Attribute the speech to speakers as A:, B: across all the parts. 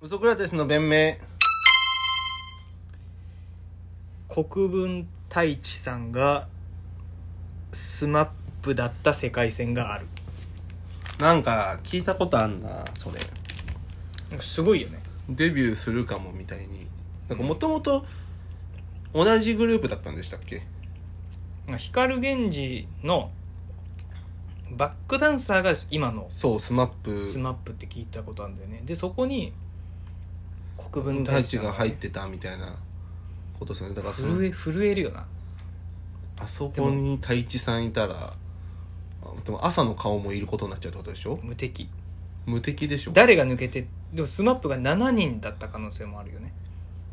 A: ウソクラテスの弁明
B: 国分太一さんがスマップだった世界線がある
A: なんか聞いたことあんなそれ
B: なんかすごいよね
A: デビューするかもみたいになんかもともと同じグループだったんでしたっけ
B: なんか光源氏のバックダンサーが今の
A: そうスマップ
B: スマップって聞いたことあるんだよねでそこに国分太
A: 太
B: 一
A: 一
B: さん
A: が
B: がね
A: 入ってたみたいなことですよねだからその
B: 震え震えるよな
A: あそこに太一さんいたらあでも朝の顔もいることになっちゃうってことでしょ
B: 無敵
A: 無敵でしょ
B: 誰が抜けてでもスマップが7人だった可能性もあるよね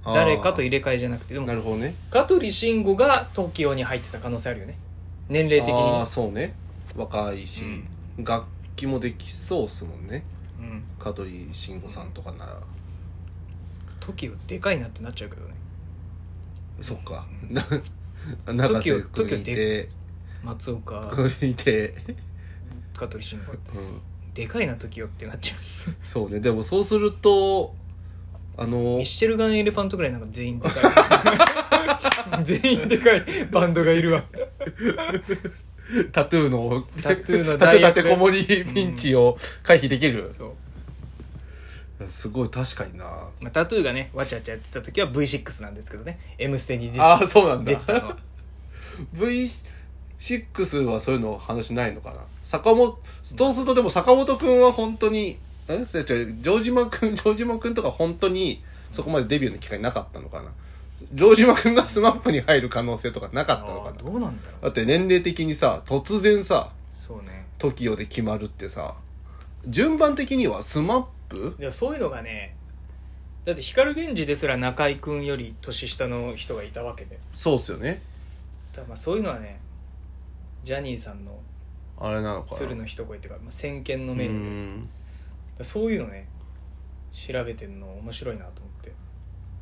A: あー
B: 誰かと入れ替えじゃなくてでも
A: なるほどね
B: 香取慎吾が TOKIO に入ってた可能性あるよね年齢的に
A: ああ
B: ね
A: ーそうね若いし、楽器もできそうっすもんね
B: うん
A: 香取慎吾さんとかなら、
B: TOKIO でかいなってなっちゃうけどね
A: そっか
B: う
A: 永瀬君い
B: TOKIO
A: て
B: 松岡
A: いて、
B: 香取慎吾って
A: うん
B: でかいな TOKIO ってなっちゃ
A: そうねでもそうするとあ
B: う
A: の
B: ミッシェルガン・エレファントぐらいなんか全員でか い全員でかいバンドがいるわ
A: タトゥーの
B: タトゥーの
A: タトゥ
B: 代
A: ー立
B: 役
A: てこもりピンチを回避できる、
B: そう、
A: すごい確かにな
B: まあ、タトゥーがねわちゃわちゃやってた時は V6 なんですけどね「M ステ」に出て
A: ああそうなん
B: 出てたの
A: だ V6 はそういうの話ないのかな坂本そうするとでも坂本くんは本当にえ違う違う城島くん城島くんとか本当にそこまでデビューの機会なかったのかな城島くんがスマップに入る可能性とかなかったのか
B: あー
A: な
B: どうなんだろ
A: だ
B: う
A: って年齢的にさ突然さ
B: そうね
A: TOKIO で決まるってさ順番的にはスマップ
B: いやそういうのがねだって光源氏ですら中居君より年下の人がいたわけで
A: そうっすよね
B: だからまあそういうのはねジャニーさんの
A: あれなのかな
B: 鶴の一声っていうか、まあ、先見の
A: う
B: 明でだか
A: ん
B: らそういうのね調べてるの面白いなと思って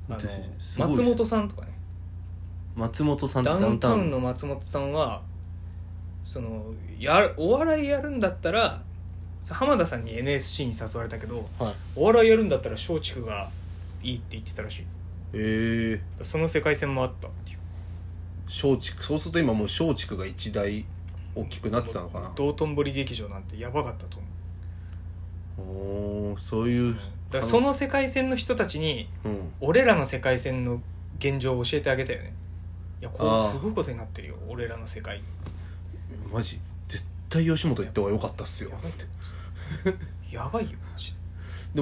B: あの
A: 私すごいっす
B: 松
A: ね
B: 本さんとかね
A: 松本さん
B: ダウンタウン
A: の
B: の松本さんはそのやるお笑いやるんだったら浜田さんに NSC に誘われたけど
A: はい
B: お笑いやるんだったら松竹がいいって言ってたらしい
A: ええー
B: その世界線もあったっていう
A: 松竹そうすると今もう松竹が一大大きくなってたのかな
B: 道頓堀劇場なんてやばかったと思う
A: おーそういう
B: だからその世界線の人たちに
A: うん
B: 俺らの世界線の現状を教えてあげたよねいやこ
A: あ
B: う
A: あ
B: すごいことになってるよ俺らの世界
A: マジ絶対吉本行った方が良かったっすよ
B: やばいってやばいよマジで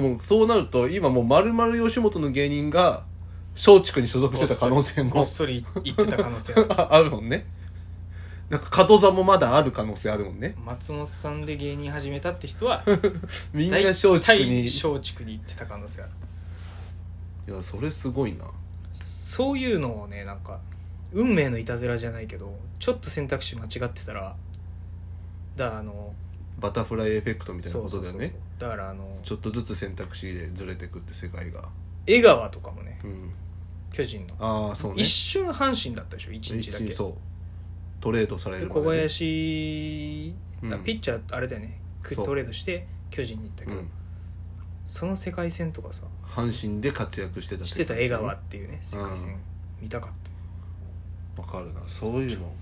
A: でもそうなると今もう丸々吉本の芸人が松竹に所属してた可能性
B: ごっ
A: も
B: そり言ってた可能性あ る
A: ああるもんねなんか門座もまだある可能性あるもんね
B: 松本さんで芸人始めたって人は
A: みんな
B: 大
A: 松竹
B: 体
A: にい
B: 松竹に行ってた可能性ある
A: やそれすごいな
B: そういうのをねなんか運命のいたずらじゃないけどちょっと選択肢間違ってたらだからあの
A: バタフライエフェクトみたいな
B: そう
A: こと
B: そう
A: だ
B: そ
A: よ
B: う
A: ね
B: だからあの
A: ちょっとずつ選択肢でずれてくって世界が
B: 江川とかもね
A: うん
B: 巨人の、
A: ああそうね
B: 一瞬阪神だったでしょ一日だけ
A: 一そうトレードされ
B: で
A: る
B: 小
A: までね
B: 林、
A: うん
B: あピッチャーあれだよねく
A: そう
B: トレードして巨人に行ったけど、
A: うん
B: その世界線とかさ
A: 阪神で活躍してた
B: してた江川
A: わ
B: っていうね世界線、
A: うん
B: 見たかった
A: かるなそういうの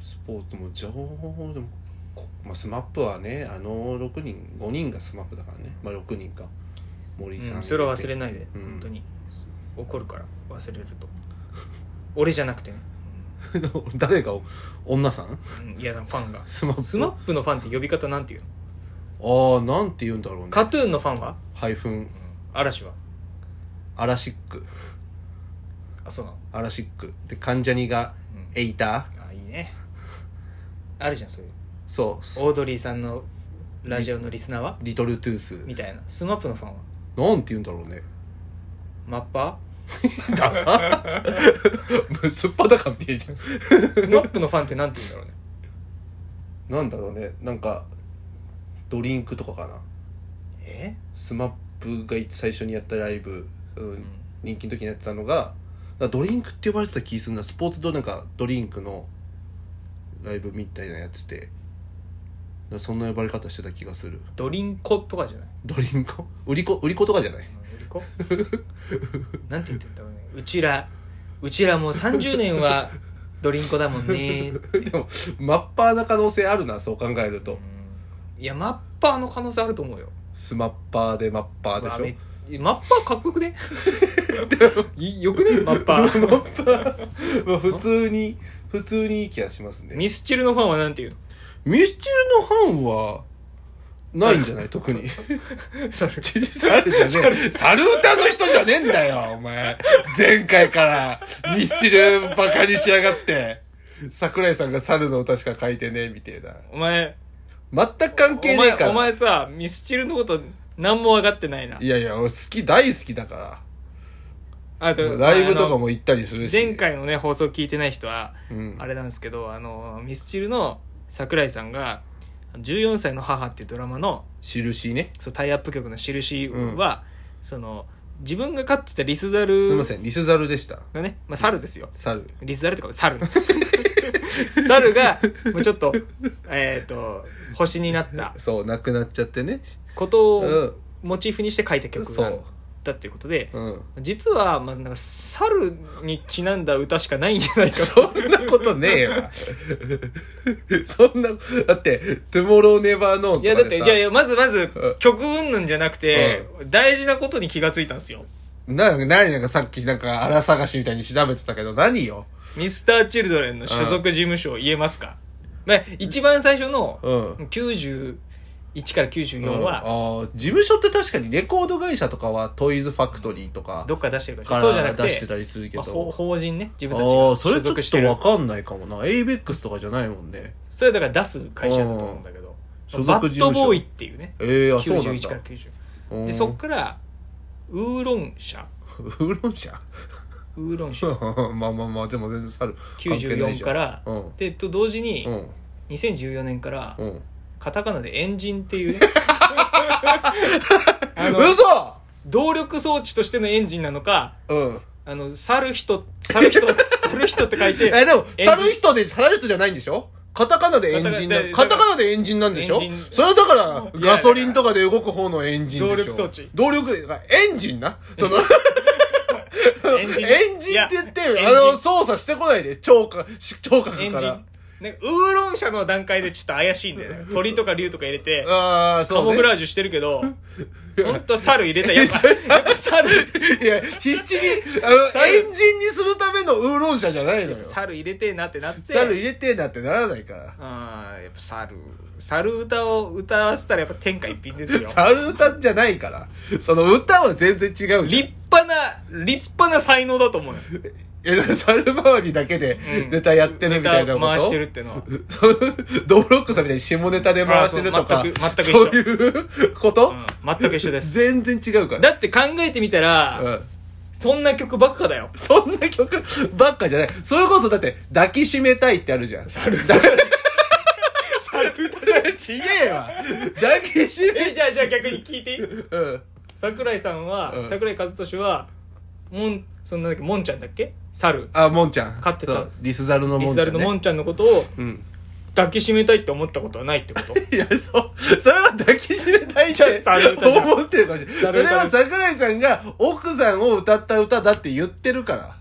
A: スポーツも情報でもこまあ、スマップはねあの6人5人がスマップだからね、まあ、6人か森さん、
B: うんそれは忘れないで、
A: うん
B: 本当に怒るから忘れると俺じゃなくてね、
A: 誰が女さん
B: うん、嫌なファンが
A: スマップ
B: スマップのファンって呼び方なんていうの
A: ああなんて言うんだろうね
B: カトゥーンのファンは
A: ハイフン
B: 嵐は
A: アラシック
B: あそうなの、
A: アラシックで関ジャニが
B: うん
A: エイター
B: あいいねあるじゃんそういう
A: そう
B: オードリーさんのラジオのリスナーは
A: リトルトゥース
B: みたいなスマップのファンは
A: なんて言うんだろう ね
B: マッパ
A: ダサ すっぱだ感見えるじゃん
B: ースマップのファンってなんて言うんだろうね
A: なんだろうねなんかドリンクとかかな
B: え、
A: スマップが最初にやったライブ、うん
B: うん
A: 人気の時にやってたのがなんかドリンクって呼ばれてた気するなスポーツドなんかドリンクのライブみたいなのやっててそんな呼ばれ方してた気がする
B: ドリンコとかじゃない
A: ドリンコ売り子売り子とかじゃない
B: 売り子 なんて言ってんだろうねうちらうちらもう30年はドリンコだもんね
A: でもマッパーな可能性あるなそう考えると
B: いやマッパーの可能性あると思うよ
A: スマッパーでマッパーでし
B: うわ
A: ょ
B: めマッパーかっこよくね いよくねマッパー
A: まあ普通に普通にいい気がしますね
B: ミスチルのファンはなんて言う
A: ミスチルのファンはないんじゃない特に
B: の猿
A: 猿じゃねえ猿歌の人じゃねえんだよお前前回からミスチルバカにしやがって桜井さんが猿の歌しか書いてねえみたいな
B: お前
A: 全く関係ねえから
B: お前お前さミスチルのこと何も分かってないない
A: やいや俺好き大好きだか
B: あ
A: らライブとかも行ったりす
B: あ
A: る
B: の
A: し
B: 前、回のね放送聞いてない人は
A: うん、
B: あれなんですけどあのミスチルの桜井さんが「14歳の母」っていうドラマの
A: 印ね
B: そうタイアップ曲の印は、その自分が飼ってたリスザル
A: すいま
B: が
A: せんリスザルでした
B: ね、まあ、猿ですよ
A: 猿
B: リスザルってか猿 猿がもうちょっとえっ、と星になった
A: そう亡くなっちゃってね
B: こと
A: う
B: を
A: ん
B: モチーフにして書いた曲
A: そ
B: だっ
A: う
B: たっていうことで
A: うん
B: 実は、まあ、なんか猿にちなんだ歌しかないんじゃないか
A: そんなことねえわそんなだって「トゥモローネバーノー
B: いやだってじゃあいやまずまず
A: うん
B: 曲云々じゃなくて、大事なことに気がついたんですよ
A: な、なになんかさっきなんか荒探しみたいに調べてたけど、何よ
B: ミスターチルドレンの所属事務所を言えますか、まあ、一番最初の
A: うん。
B: 91から94は
A: うんあー事務所って確かにレコード会社とかはトイズファクトリーとか
B: どっか出してるかし
A: から
B: そうじゃな
A: ら
B: く
A: 出して
B: て
A: たりするけ
B: まあ、法
A: ど。
B: 法人ね自
A: あ
B: 分たちが
A: あー、それ
B: 所
A: ちょっ
B: 属してる
A: とわかんないかもな。エイベックスとかじゃないもんね。
B: それだから出す会社だと思うんだけど
A: 所属
B: バッ
A: 事
B: ド
A: 務所
B: ボーイっていうね
A: ええあ、そうなん
B: 91
A: だ
B: から。90
A: うん
B: でそっからウーロン社
A: ウーロン社
B: ウーロン社
A: まあまあまあ、でも全然猿。関係ないじ
B: 94
A: ゃん
B: から
A: うん。
B: でと同時に
A: うん。
B: 2014年から
A: うん。
B: カタカナでエンジンっていうねあの
A: 嘘
B: 動力装置としてのエンジンなのか
A: うん。
B: あの猿人猿人猿人って書いて
A: え、でも、
B: エンジン
A: 猿人で、猿人じゃないんでしょカタカナでエンジンな
B: カタカナで
A: カタカナでエンジンなんでしょ
B: エンジン
A: それはだから、ガソリンとかで動く方のエンジンでしょ
B: 動力装置
A: 動力、エンジンな。その、
B: エ
A: エ
B: ン
A: ン
B: ジ
A: ジ
B: ン
A: ンって言っ
B: い
A: て、
B: や
A: あ
B: エンジ
A: の、
B: ン
A: 操作してこないで、聴覚、し聴覚
B: エン
A: か
B: ジン
A: ら。
B: なんかウーロン社の段階でちょっと怪しいんだよね鳥とか竜とか入れて
A: ああ、
B: カ
A: そう、
B: モ
A: ね。
B: フラージュしてるけどほんと猿入れたらやっぱやっ ぱ猿
A: いや、必死に、あの、
B: 猿
A: エンジンにするためのウーロン車じゃないのよ。
B: 猿入れてえなってなって
A: 猿入れてえなってならないから。
B: あーやっぱ猿猿歌を歌わせたらやっぱ天下一品ですよ
A: 猿歌じゃないから。その歌は全然違うじゃん。
B: 立派な立派な才能だと思うよ、
A: え、だから猿回りだけで
B: うん
A: ネタやってるみたいなこと、
B: ネタ回してるっていうのは
A: そう ドブロックさんみたいに下ネタで回してると
B: あ
A: か、
B: そう全く全く一緒
A: そういうこと、
B: うん、全く一緒です。
A: 全然違うから。
B: だって考えてみたら、
A: うん
B: そんな曲ばっかだよ。
A: そんな曲ばっかじゃない。それこそだって、抱きしめたいってあるじゃん。猿歌 じゃない。ちげえわ。抱きしめ、
B: え、じゃあ、じゃあ逆に聞いていい
A: うん。
B: 桜井さんは、
A: うん
B: 桜井和俊は、もん、そんなんだっけ、もんちゃんだっけ猿。
A: あ、もんちゃん。
B: 飼ってた
A: そうリスザルの
B: リ
A: も
B: ス
A: んちゃ
B: ザ
A: ん、
B: ル
A: ね。
B: のもんちゃんのことを
A: うん。
B: 抱きしめたいって思ったことはないってこと。
A: いや、そう。それは抱きしめたいって
B: じゃあ猿歌じゃん
A: 思ってるかもしれない。そ
B: 猿
A: れ
B: 歌
A: は桜井さんが奥さんを歌った歌だって言ってるから。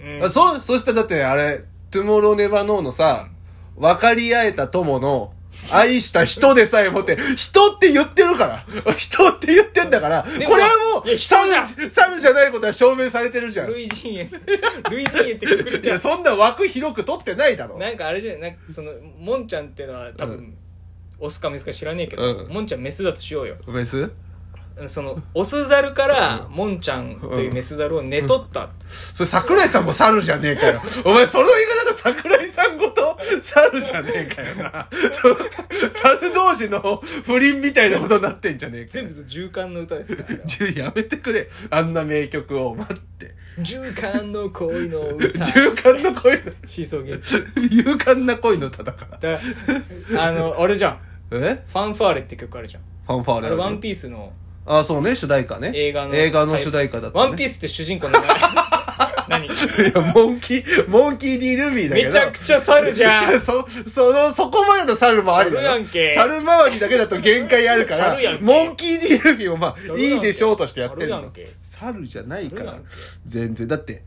B: うん
A: あそう、そしたらだってあれ、トゥモローネバノーのさ、分かり合えた友の、愛した人でさえもって、人って言ってるから。人って言ってんだから、こ
B: で
A: れ
B: も
A: はいも
B: や
A: う、
B: 人じゃん
A: 猿、猿じゃないことは証明されてるじゃん。い
B: 類人猿。 類人猿ってくくりだ
A: や、
B: よ。
A: そんな枠広く取ってないだろ。
B: なんかあれじゃないなんかその、もんちゃんっていうのは多分、
A: う
B: オスかメスか知らねえけど、
A: うん
B: もんちゃんメスだとしようよ。
A: メス
B: その、オスザルから、もんちゃんというメスザルを寝取った。
A: それ桜井さんも猿じゃねえかよ。お前、その言い方桜井さんごと 猿じゃねえかよな。 そう猿同士の不倫みたいなことになってんじゃねえかよ。
B: 全部循環の歌ですから
A: ちょやめてくれ。あんな名曲を待って。
B: 循環の恋の歌
A: 勇敢な恋の、
B: シーソーゲーム
A: 勇敢な恋の歌だから。
B: だからあのあれじゃん
A: え
B: 「ファンファーレ」って曲あるじゃん
A: ファンファー
B: あ
A: レ。
B: れ「ワンピースの
A: あ、そうね、主題歌ね。
B: 映画の
A: 映画の主題歌だった、ね。
B: ワンピース」って主人公の名前何
A: いや、モンキー、モンキー・ディ・ルビーだけど。
B: めちゃくちゃ猿じゃ ん
A: そ、その、そこまでの猿もあるよ
B: 猿やんけ
A: 猿周りだけだと限界あるから
B: 猿やん、け
A: モンキー・ディ・ルビーもまあ、
B: 猿やんけ
A: いいでしょうとしてやってる
B: 猿や
A: の
B: んけ。
A: 猿じゃないか
B: 猿や
A: ら
B: んけ、
A: 全然。だって、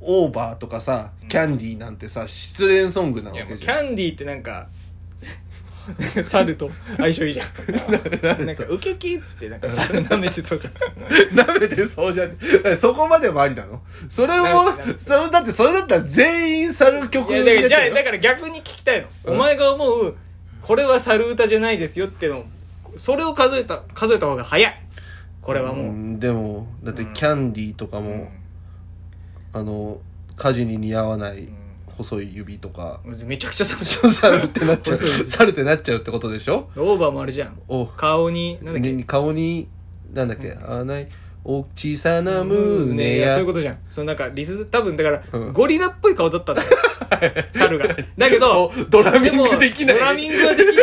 A: オーバーとかさ、キャンディーなんてさ、失恋ソングなわ
B: いやも
A: け
B: う
A: じ
B: キ
A: ゃん。
B: ャンディーってなんか 猿と相性いいじゃんなんかウキウキっつってなんか猿舐めてそうじゃん
A: 舐めてそうじゃん。そこまでもありなのそれも
B: 舐めて舐め、て
A: それだってそれだったら全員猿曲
B: いやだからじゃ
A: やってる
B: あだから逆に聞きたいの、
A: うん
B: お前が思うこれは猿歌じゃないですよってのをそれを数えた数えた方が早いこれはもう、
A: んでもだってキャンディーとかも、あの家事に似合わない細い指とか、
B: うんめちゃくちゃ猿じゃん
A: 猿ってなっちゃう
B: 細い
A: 猿ってなっちゃうってことでしょ
B: オーバーもあるじゃん
A: お
B: 顔になんだっけ
A: に顔になんだっけ、合わないお小さな
B: ね
A: 胸
B: いや
A: や
B: そういうことじゃんそのなんかリス多分だから、
A: うん
B: ゴリラっぽい顔だった んだよ猿がだけど
A: おドラミング
B: も
A: できない
B: ドラミングはできない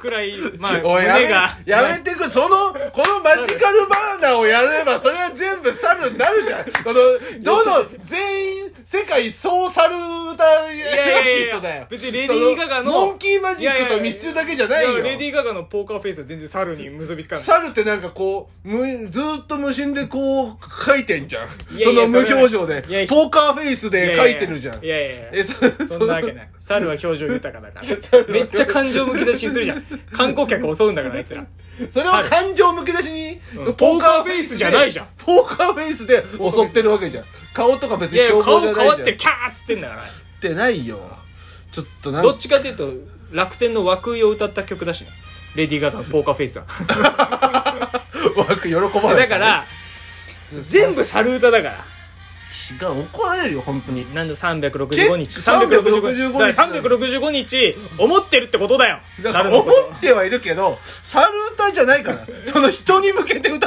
B: くらいまあ
A: おいやめ
B: 胸が
A: やめてくそのこのマジカルバーナーをやればそれは全部猿になるじゃんこのどの全員世界総猿歌アー
B: いやいやい
A: ティス
B: や
A: トだよ
B: 別にレディー・ガガの
A: そモンキーマジックと密集だけじゃないよ
B: やややレディー・ガガのポーカーフェイスは全然猿に結びつかな い
A: 猿ってなんかこう、む、ずーっと無心でこう書いてんじゃん。
B: いやいや
A: その無表情で
B: それはいや。
A: ポーカーフェイスで書いてるじゃん。
B: いやいやいやいや
A: え、そ、
B: そんなわけない猿は表情豊かだからめっちゃ感情むき出しにするじゃん観光客を襲うんだからあいつら
A: それを感情むき出しに、
B: うんポーカーフェイスじゃないじゃん。
A: ポーカーフェイスで襲ってるわけじゃん。顔とか別
B: い
A: に
B: やいや
A: 凶暴
B: 顔
A: じゃ
B: 変
A: ない
B: わ
A: じゃ
B: っ
A: ん。
B: てキャーっつってんだから
A: ってないよ。ちょっとなん
B: どっちかっていうと楽天の涌井を歌った曲だしねレディー・ガガのポーカーフェイスは
A: 枠喜ばない。
B: だか、ら全部猿歌だから
A: 違う、怒られるよ、本当に。
B: 何でも365日
A: 結構
B: 365日
A: 365日
B: だから365日思ってるってことだよ
A: だから
B: 猿の
A: 思
B: こと
A: ってはいるけど、猿歌じゃないから。その人に向けて歌っ